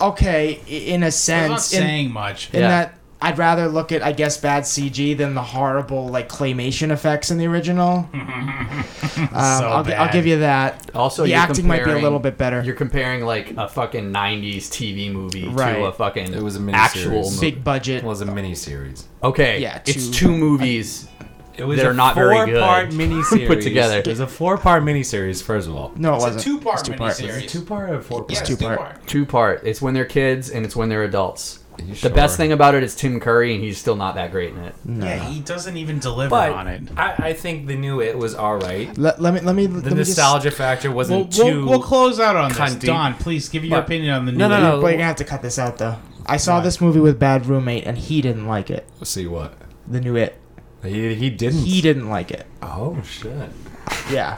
S4: okay i- in
S2: I'm not
S4: a sense. In,
S2: saying much.
S4: in
S3: Yeah.
S4: that, I'd rather look at I guess bad CG than the horrible like claymation effects in the original. um, I'll, gi- I'll
S2: bad.
S4: give you that.
S3: Also,
S4: the
S3: you're
S4: acting might be a
S3: comparing-
S4: little bit better.
S3: You're comparing like a fucking '90s TV movie
S4: Right.
S3: to a fucking
S5: It was a
S3: actual
S5: miniseries.
S3: movie.
S4: Big budget.
S5: It was a miniseries.
S3: Okay,
S4: Yeah,
S3: it's
S4: two-
S3: two movies.
S5: It was
S3: They're
S5: a
S3: not very good.
S5: four-part miniseries
S3: Put together.
S5: It was a four-part miniseries. First of all,
S4: no, it
S2: It's
S4: wasn't.
S2: a two-part
S4: It's two-part.
S2: miniseries.
S5: two-part or four-part?
S2: Yeah, it's
S4: two-part.
S2: two-part.
S3: Two part. It's when they're kids and it's when they're adults.
S5: Are you
S3: The
S5: sure?
S3: best thing about it is Tim Curry, and he's still not that great in it.
S2: Yeah, he doesn't even deliver
S5: but
S2: on it.
S5: I, I think the new it was all right.
S4: Let, let me let me
S5: The
S4: let me just-
S5: nostalgia factor
S2: We'll,
S5: wasn't
S2: we'll,
S5: too.
S2: we'll close out on this.
S5: cunty.
S2: Don, please give your
S5: But-
S2: opinion on the new
S5: No, no,
S2: one.
S5: no.
S4: but you're gonna have to cut this out though. I saw
S2: Why?
S4: this movie with bad roommate and he didn't like it.
S5: see what
S4: The new it.
S5: he he didn't.
S4: He didn't like it.
S5: oh shit!
S4: Yeah.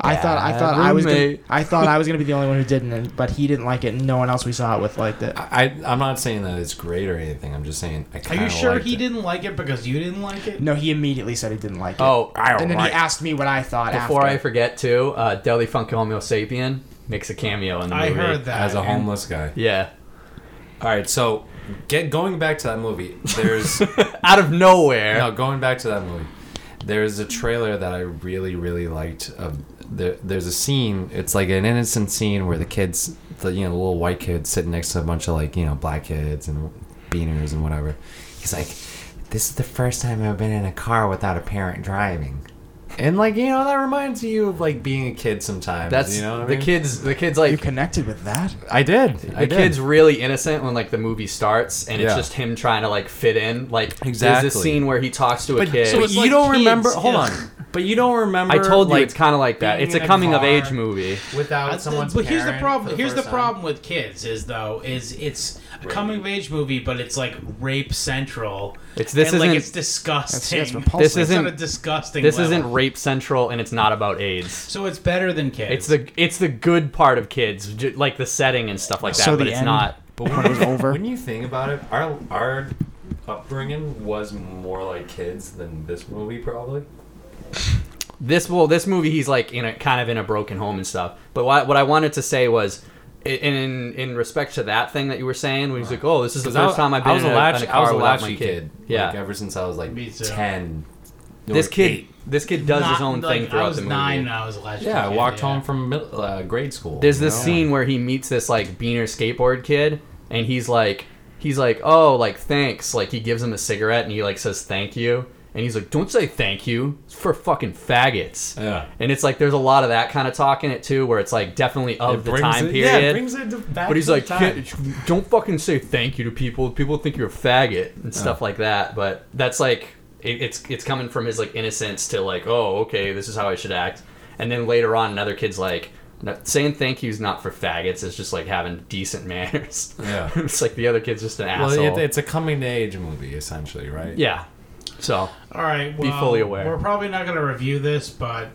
S4: I thought I thought
S3: Bad
S4: I was gonna,
S3: roommate.
S4: I thought I was gonna be the only one who didn't, and- but he didn't like it, and no one else we saw it with liked it.
S5: I I'm not saying that it's great or anything. I'm just saying I
S2: Are
S5: kind
S2: you
S5: of
S2: sure he didn't like it because you didn't like it?
S4: No, he immediately said he didn't like it.
S3: Oh,
S5: I don't
S4: and then
S5: like
S4: he asked me what I thought.
S3: Before I
S4: after.
S3: forget, too, uh, Deli Funk Homo Sapien makes a cameo in the
S2: I
S3: movie.
S2: heard that.
S5: as a
S2: and-
S5: homeless guy.
S3: Yeah,
S5: All right, so get going back to that movie. There's
S3: out of nowhere.
S5: no going back to that movie. There's a trailer that I really really liked. Of there, there's a scene. It's like an innocent scene where the kids, the you know, the little white kid sitting next to a bunch of like you know black kids and beaners and whatever. He's like, "This is the first time I've been in a car without a parent driving." And like you know, that reminds you of like being a kid sometimes.
S3: That's
S5: you know what I
S3: the
S5: mean?
S3: kids. The kids like
S4: you connected with that.
S5: I did.
S3: the
S5: I did.
S3: kid's really innocent when like the movie starts, and it's
S5: Yeah.
S3: just him trying to like fit in. Like there's
S5: Exactly.
S3: this scene where he talks to a
S5: But
S3: kid.
S5: so
S2: it's
S5: you
S2: like
S5: don't
S2: kids,
S5: remember. Hold
S2: yeah.
S5: on. But you don't remember.
S3: I told you
S5: like,
S3: it's kind of like that.
S5: being
S3: It's a
S5: in a
S3: coming of
S5: car.
S3: age movie.
S5: without
S2: Uh,
S5: someone's.
S2: but here's the
S5: parent
S2: problem.
S5: for the
S2: here's the
S5: first time.
S2: problem with kids is though is it's a coming of age movie, but it's like rape central.
S3: It's- this
S2: and, like
S3: isn't-
S2: it's disgusting.
S4: That's- that's
S2: it's
S4: repulsive.
S3: This
S2: on a
S3: isn't-
S2: disgusting.
S3: This
S2: level.
S3: isn't rape central, and it's not about AIDS.
S2: So it's better than kids.
S3: It's the it's the good part of kids, ju- like the setting and stuff like that.
S4: So
S3: but
S4: the
S3: it's
S4: end.
S3: not.
S5: But
S4: when it was over.
S5: When you think about it, our our upbringing was more like kids than this movie probably.
S3: this well this movie he's like in a kind of in a broken home and stuff but what, what i wanted to say was i- in in respect to that thing that you were saying when he's like oh this is the
S5: I-
S3: first time i've been
S5: I was
S3: in,
S5: a
S3: a,
S5: latch,
S3: in a
S5: I
S3: car
S5: was a
S3: without my
S5: latchkey
S3: kid.
S5: kid.
S3: yeah
S5: like, ever since I was like
S2: Me too.
S5: ten. no,
S3: this
S5: like,
S3: kid
S5: eight.
S3: this kid does his
S2: Not-
S3: own
S2: like,
S3: thing throughout
S2: I was
S3: the movie
S2: nine and I was last.
S5: Yeah, I
S2: kid,
S5: walked
S2: yeah.
S5: home from mid- uh, grade school.
S3: There's this
S5: you know?
S3: scene where he meets this like beaner skateboard kid, and he's like, he's like, oh, like thanks. Like he gives him a cigarette, and he like says thank you, and he's like, don't say thank you. It's for fucking faggots.
S5: Yeah.
S3: And it's like there's a lot of that kind of talk in it too, where it's like definitely of
S5: It
S3: the
S5: brings
S3: time
S5: it-
S3: period.
S5: Yeah, it brings it to- back
S3: but he's
S5: to
S3: like,
S5: the time.
S3: "Can't- don't fucking say thank you to people. People think you're a faggot and stuff
S5: Oh.
S3: like that. But that's like, it, it's it's coming from his like innocence to like, oh, okay, this is how I should act. And then later on, another kid's like, no, saying thank you's not for faggots. It's just like having decent manners.
S5: Yeah.
S3: it's like the other kid's just an
S5: Well,
S3: asshole.
S5: it, it's a coming to age movie essentially, right?
S3: yeah. So
S2: All right,
S3: Be
S2: well,
S3: fully aware.
S2: We're probably not going to review this, but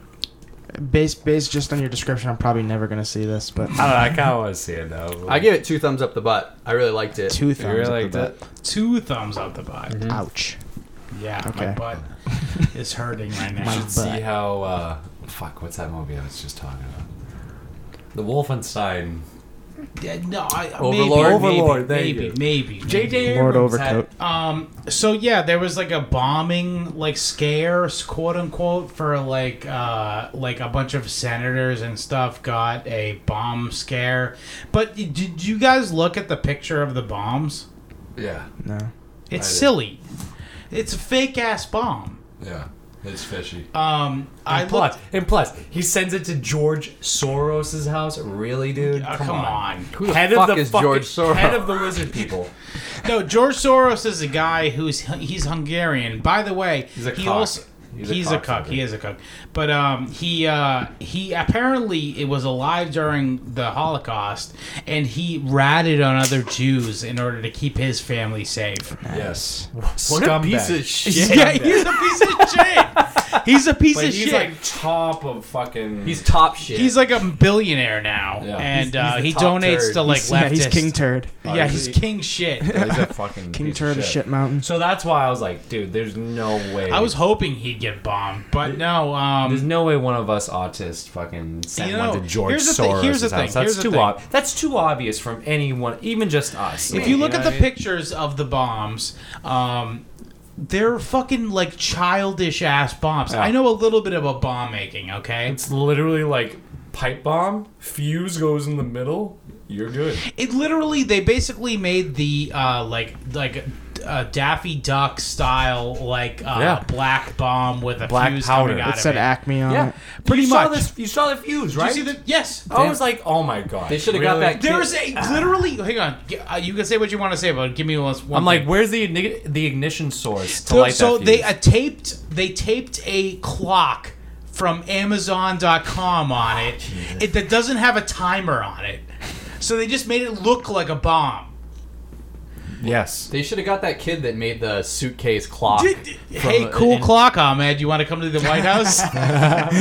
S4: Based based just on your description, I'm probably never gonna see this, but
S5: I don't know. I kind of want to see it though.
S3: I give it two thumbs up the butt. I really Hmm. liked it.
S4: two
S5: You
S4: thumbs.
S5: really
S4: up
S5: liked
S4: the butt.
S5: it?
S2: two thumbs up the butt.
S4: Ouch.
S3: Mm-hmm.
S2: Yeah, my
S4: Okay.
S2: butt is hurting right now.
S5: You should see
S4: But-
S5: how. Uh, fuck, what's that movie I was just talking about? The Wolfenstein.
S2: Yeah, no, I,
S3: Overlord?
S2: maybe,
S5: Overlord, there
S2: maybe,
S5: you go.
S2: maybe, maybe.
S5: J.J.
S4: Lord
S5: Abrams had-
S4: Overcoat.
S2: Um. So yeah, there was like a bombing, like scare, quote unquote, for like, uh, like a bunch of senators and stuff got a bomb scare. But y- did you guys look at the picture of the bombs?
S5: yeah,
S4: No.
S2: It's
S5: I did.
S2: silly. It's a fake ass bomb.
S5: yeah. It's fishy.
S2: Um. I
S5: and plus,
S2: looked.
S5: and plus, he sends it to George Soros' house. Really, dude?
S2: Oh, come on.
S3: Who the fuck is George Soros?
S5: Head of the lizard people.
S2: No, George Soros is a guy who's he's Hungarian. By the way,
S5: He's a
S2: he
S5: cuck.
S2: also
S5: He's
S2: he's,
S5: a
S2: a,
S5: cocksucker.
S2: cuck. He is a cuck. But um, he uh, he apparently it was alive during the Holocaust, and he ratted on other Jews in order to keep his family safe.
S5: yes.
S3: What a piece of shit.
S2: Yeah, he's a piece of shit. He's a piece
S5: But
S2: of
S5: he's
S2: shit.
S5: like top of fucking.
S3: He's top shit.
S2: He's like a billionaire now,
S5: Yeah.
S2: and
S3: He's- he's
S2: uh,
S3: the
S2: he
S3: top
S2: donates
S3: turd.
S2: to like
S4: yeah, he's
S2: leftist-
S4: king turd.
S3: Oh,
S2: Yeah, he's
S5: Obviously.
S2: king shit.
S5: he's a fucking
S4: King
S5: piece
S4: turd of shit mountain.
S5: So that's why I was like, dude, there's no way.
S2: I was hoping he'd get bombed, but no. Um,
S5: There's no way one of us autists fucking sent
S2: You
S5: one
S2: know,
S5: to George
S2: here's the thing-
S5: Soros'
S2: here's the
S5: house.
S2: thing,
S5: That's
S2: here's the
S5: too
S2: thing.
S5: ob- That's too obvious from anyone, even just us.
S2: If you look
S5: know
S2: at
S5: what
S2: the
S5: I mean?
S2: pictures of the bombs, um, they're fucking like childish ass bombs.
S5: Yeah.
S2: I know a little bit about bomb making, okay?
S5: it's literally like pipe bomb, fuse goes in the middle, you're good.
S2: It literally they basically made the uh, like like uh, Daffy Duck style like uh,
S5: Yeah.
S2: black bomb with a
S5: Black
S2: fuse
S5: powder.
S2: coming out
S4: It
S2: of
S4: said
S2: it.
S4: Acme on it.
S2: Pretty
S5: you Saw
S2: much.
S5: this, you saw the fuse,
S2: Did
S5: right?
S2: you see the yes?
S5: I was like, oh my god.
S3: They should've got that
S2: There is a literally. Hang on, G- uh, you can say what you want to say, but give me one. one
S5: I'm like,
S2: thing.
S5: where's the igni- the ignition source to
S2: So,
S5: light
S2: so
S5: that
S2: they
S5: fuse?
S2: uh, taped they taped a clock from Amazon.com on it. it that doesn't have a timer on it, so they just made it look like a bomb.
S5: yes.
S3: They should have got that kid that made the suitcase clock.
S2: Did- hey,
S3: From-
S2: cool
S3: and-
S2: clock, Ahmed. You want to come to the White House?
S3: They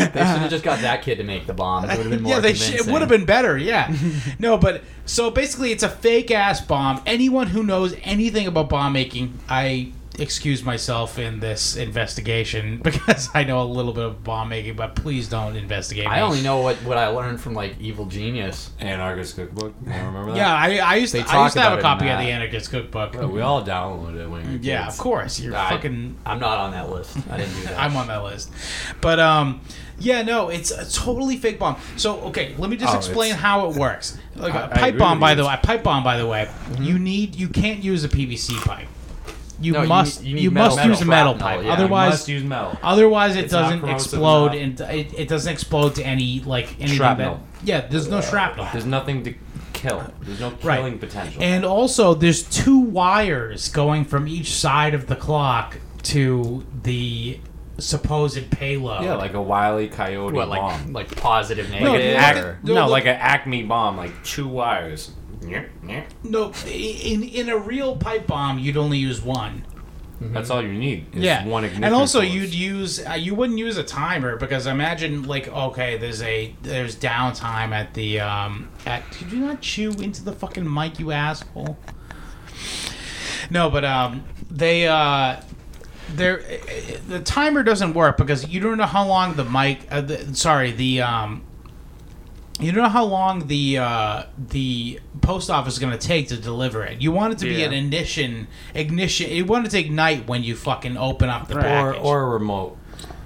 S3: should have just got that kid to make the bomb. It would have been more
S2: Uh-huh. yeah, they sh- it would have been better. Yeah, no, but so basically, it's a fake ass bomb. Anyone who knows anything about bomb making, I excuse myself in this investigation because I know a little bit of bomb making, but please don't investigate.
S3: I
S2: me.
S3: only know what, what I learned from like Evil Genius.
S5: Anarchist cookbook. You remember that?
S2: Yeah, I, I used
S3: They
S2: to, I
S3: talk
S2: used to have a
S3: about it in
S2: copy of
S3: that.
S2: the Anarchist Cookbook.
S5: But we all downloaded it when we were
S2: yeah,
S5: kids.
S2: of course. You're
S3: I-
S2: fucking.
S3: I'm not on that list. I didn't do that.
S2: I'm on that list, but um, yeah, no, it's a totally fake bomb. So okay, let me just
S5: Oh,
S2: explain
S5: it's-
S2: how it works. Like
S5: I
S2: a
S5: agree
S2: pipe
S5: with
S2: bomb, by
S5: you.
S2: the way. Pipe bomb, by the way. You need, you can't use a PVC pipe. You
S3: No, you
S2: must,
S3: need-
S2: you,
S3: you need metal-
S2: must use a metal
S3: metal shrapnel,
S2: pipe.
S3: yeah. You
S5: Otherwise,
S2: Otherwise,
S5: must use metal.
S2: Otherwise, it
S5: It's not
S2: doesn't
S5: corrosive
S2: explode, and
S5: enough.
S2: it, it doesn't explode to any like anything
S5: Shrapnel.
S2: That, yeah, there's no shrapnel.
S5: There's nothing to kill. There's no
S2: Right.
S5: killing potential.
S2: And also, there's two wires going from each side of the clock to the supposed payload.
S5: Yeah, like a wily coyote
S3: What, like
S5: bomb.
S3: like positive
S5: Like
S2: No,
S5: an
S3: negative?
S2: the
S5: ac-
S2: ac-
S5: no,
S2: no, the-
S5: like an acme bomb, like two wires. Nyeh, nyeh.
S2: no, i- in in a real pipe bomb, you'd only use one.
S5: That's all you need. Is
S2: yeah,
S5: one ignition
S2: and also
S5: source.
S2: you'd use uh, you wouldn't use a timer because imagine like okay, there's a there's downtime at the um at could you not chew into the fucking mic, you asshole? No, but um they uh. There, eh, the timer doesn't work because you don't know how long the mic. Uh, the, sorry, the um, you don't know how long the uh, the post office is going to take to deliver it. You want it to be
S3: Yeah.
S2: an ignition, ignition. You want it to ignite when you fucking open up the
S5: or
S2: package.
S5: or a remote.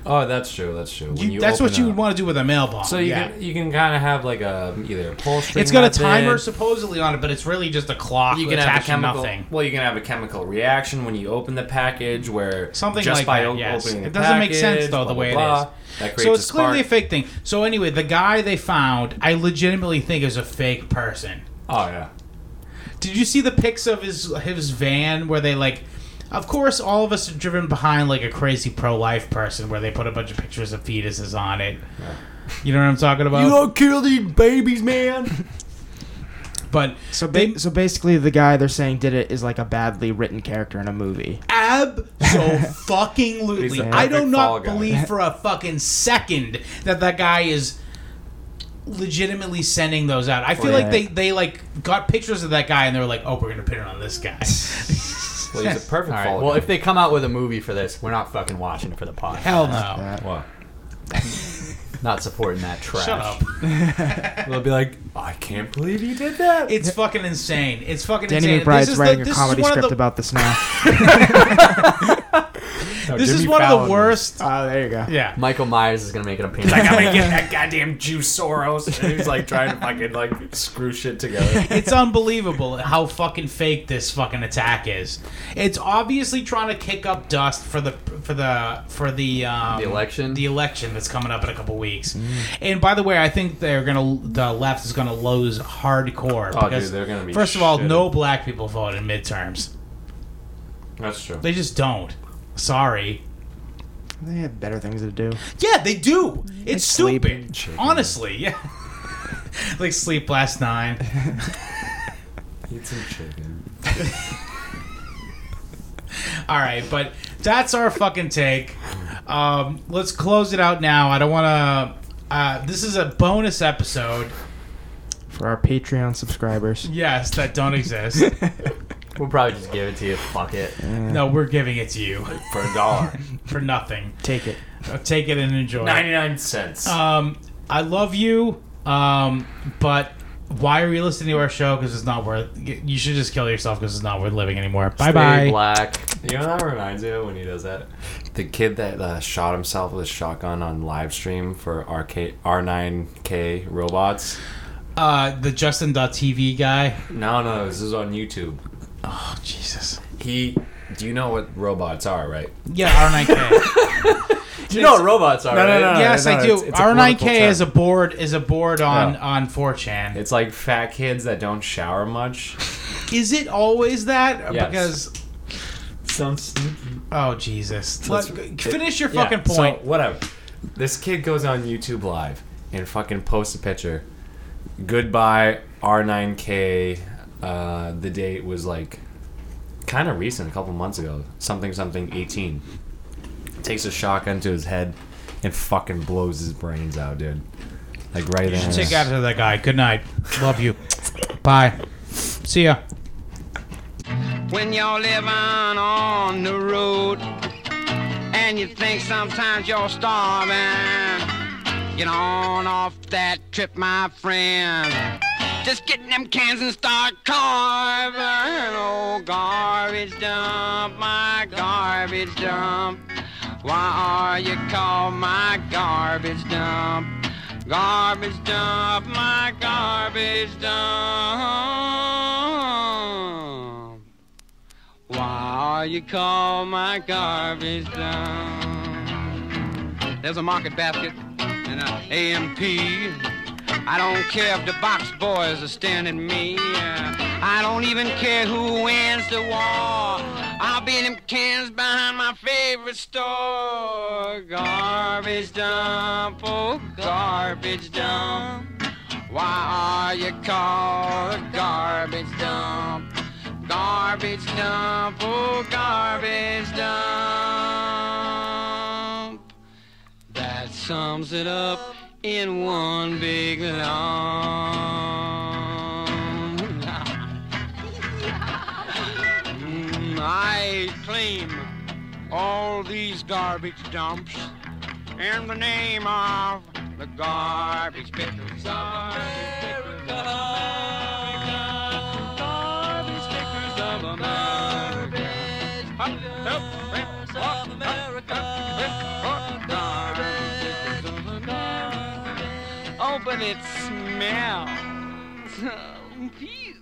S5: Oh, that's true. That's true. When
S2: You- that's what
S5: open
S2: you
S5: it
S2: would
S5: up.
S2: want to do with a mail bomb.
S5: So you
S2: yeah.
S5: can you can kind of have like a either a pulse. string
S2: it's got a
S5: method,
S2: timer supposedly on it, but it's really just a clock.
S5: You can have a
S2: attached to
S5: chemical.
S2: nothing.
S5: Well, you can have a chemical reaction when you open the package, where
S2: Something
S5: just
S2: like
S5: by
S2: that,
S5: o-
S2: yes.
S5: opening the
S2: It doesn't make sense,
S5: package,
S2: though, the
S5: blah,
S2: way it
S5: blah,
S2: is.
S5: blah. That creates
S2: So it's
S5: a
S2: clearly a
S5: spark.
S2: fake thing. So anyway, the guy they found, I legitimately think is a fake person.
S5: Oh yeah.
S2: Did you see the pics of his his van where they like? Of course, all of us are driven behind like a crazy pro life person where they put a bunch of pictures of fetuses on it. You know what I'm talking about?
S5: kill these babies, man.
S2: but
S4: So
S2: They-
S4: ba- so basically, the guy they're saying did it is like a badly written character in a movie.
S2: ab so fucking
S5: He's
S2: lutely.
S5: the
S2: I do
S5: perfect fall
S2: not
S5: guy.
S2: believe for a fucking second that that guy is legitimately sending those out. I feel like they
S4: Right.
S2: they like got pictures of that guy and they were like, "Oh, we're going to pin it on this guy."
S5: well, he's a perfect
S3: All right.
S5: follower.
S3: Well, if they come out with a movie for this, we're not fucking watching it for the pod.
S2: Hell no.
S5: what?
S3: Not supporting that trash.
S2: Shut up.
S5: They'll be like, I can't believe he did that.
S2: It's fucking insane. It's fucking
S4: Danny
S2: insane.
S4: McBride's
S2: the-
S4: writing a
S2: is
S4: comedy
S2: one of
S4: script
S2: the-
S4: about this now.
S2: This is one of the worst.
S4: oh, there you go.
S2: Yeah.
S3: Michael Myers is gonna make an appearance.
S5: I gotta get that goddamn juice Soros. And he's like trying to fucking like screw shit together.
S2: It's unbelievable how fucking fake this fucking attack is. It's obviously trying to kick up dust for the for the for the um,
S3: The election?
S2: the election that's coming up in a couple weeks.
S4: Mm.
S2: And by the way, I think they're gonna the left is gonna lose hardcore.
S5: Oh,
S2: because
S5: dude, they're gonna be.
S2: First of all,
S5: shitting.
S2: no black people vote in midterms.
S5: That's true.
S2: They just don't. Sorry.
S4: They had better things to do.
S2: Yeah, they do. It's
S4: sleep
S2: stupid. Honestly, yeah. like sleep last nine.
S5: Eat some chicken.
S2: All right, but that's our fucking take. Um, let's close it out now. I don't want to. Uh, this is a bonus episode.
S4: For our Patreon subscribers.
S2: Yes, that don't exist.
S3: We'll probably just give it to you. Fuck it.
S2: no, we're giving it to you
S5: For a dollar.
S2: for nothing.
S4: Take it.
S2: Uh, Take it and enjoy. it.
S5: 99 cents.
S2: Um, I love you, um, but why are you listening to our show? Because it's not worth. You should just kill yourself because it's not worth living anymore. Bye
S3: Big
S2: bye.
S3: Black.
S5: you know what that reminds you of when he does that? The kid that uh, shot himself with a shotgun on live stream for RK, R9K robots.
S2: Uh, the Justin.tv guy.
S5: No, no, this is on YouTube.
S2: Oh, Jesus.
S5: He. Do you know what robots are, right?
S2: Yeah, R9K.
S3: Do you know what robots are?
S5: No, no,
S3: right?
S5: no, no.
S2: Yes, I do.
S5: it's- it's a political
S2: R9K
S5: term.
S2: is a board is a board on
S5: Yeah.
S2: on 4chan.
S5: It's like fat kids that don't shower much.
S2: Is it always that?
S5: Yes.
S2: Because
S5: Some sneaky
S2: oh Jesus, Let-
S5: it-
S2: finish your
S5: Yeah,
S2: fucking
S5: so
S2: point.
S5: whatever. This kid goes on YouTube Live and fucking posts a picture. Goodbye R9K. Uh, the date was like kind of recent, a couple months ago. Something something 18. Takes a shotgun to his head and fucking blows his brains out, dude. Like right
S2: you
S5: in.
S2: should
S5: his-
S2: take out to that guy. Good night. Love you. Bye. See ya.
S1: when you're living on the road and you think sometimes you're starving. Get on off that trip, my friend. Just get in them cans and start carving. Oh, garbage dump, my garbage dump. Why are you called my garbage dump? Garbage dump, my garbage dump. Why are you called my garbage dump? There's a market basket and an AMP. I don't care if the box boys are standing me. I don't even care who wins the war. I'll be in them cans behind my favorite store. Garbage dump, oh, garbage dump. Why are you called a garbage dump? Garbage dump, oh, garbage dump. That sums it up in one big long. Mm, I claim all these garbage dumps in the name of the garbage pickers. America. Garbage pickers of America. Garbage pickers of America. Garbage pickers of America. Oh, but it smells. Phew.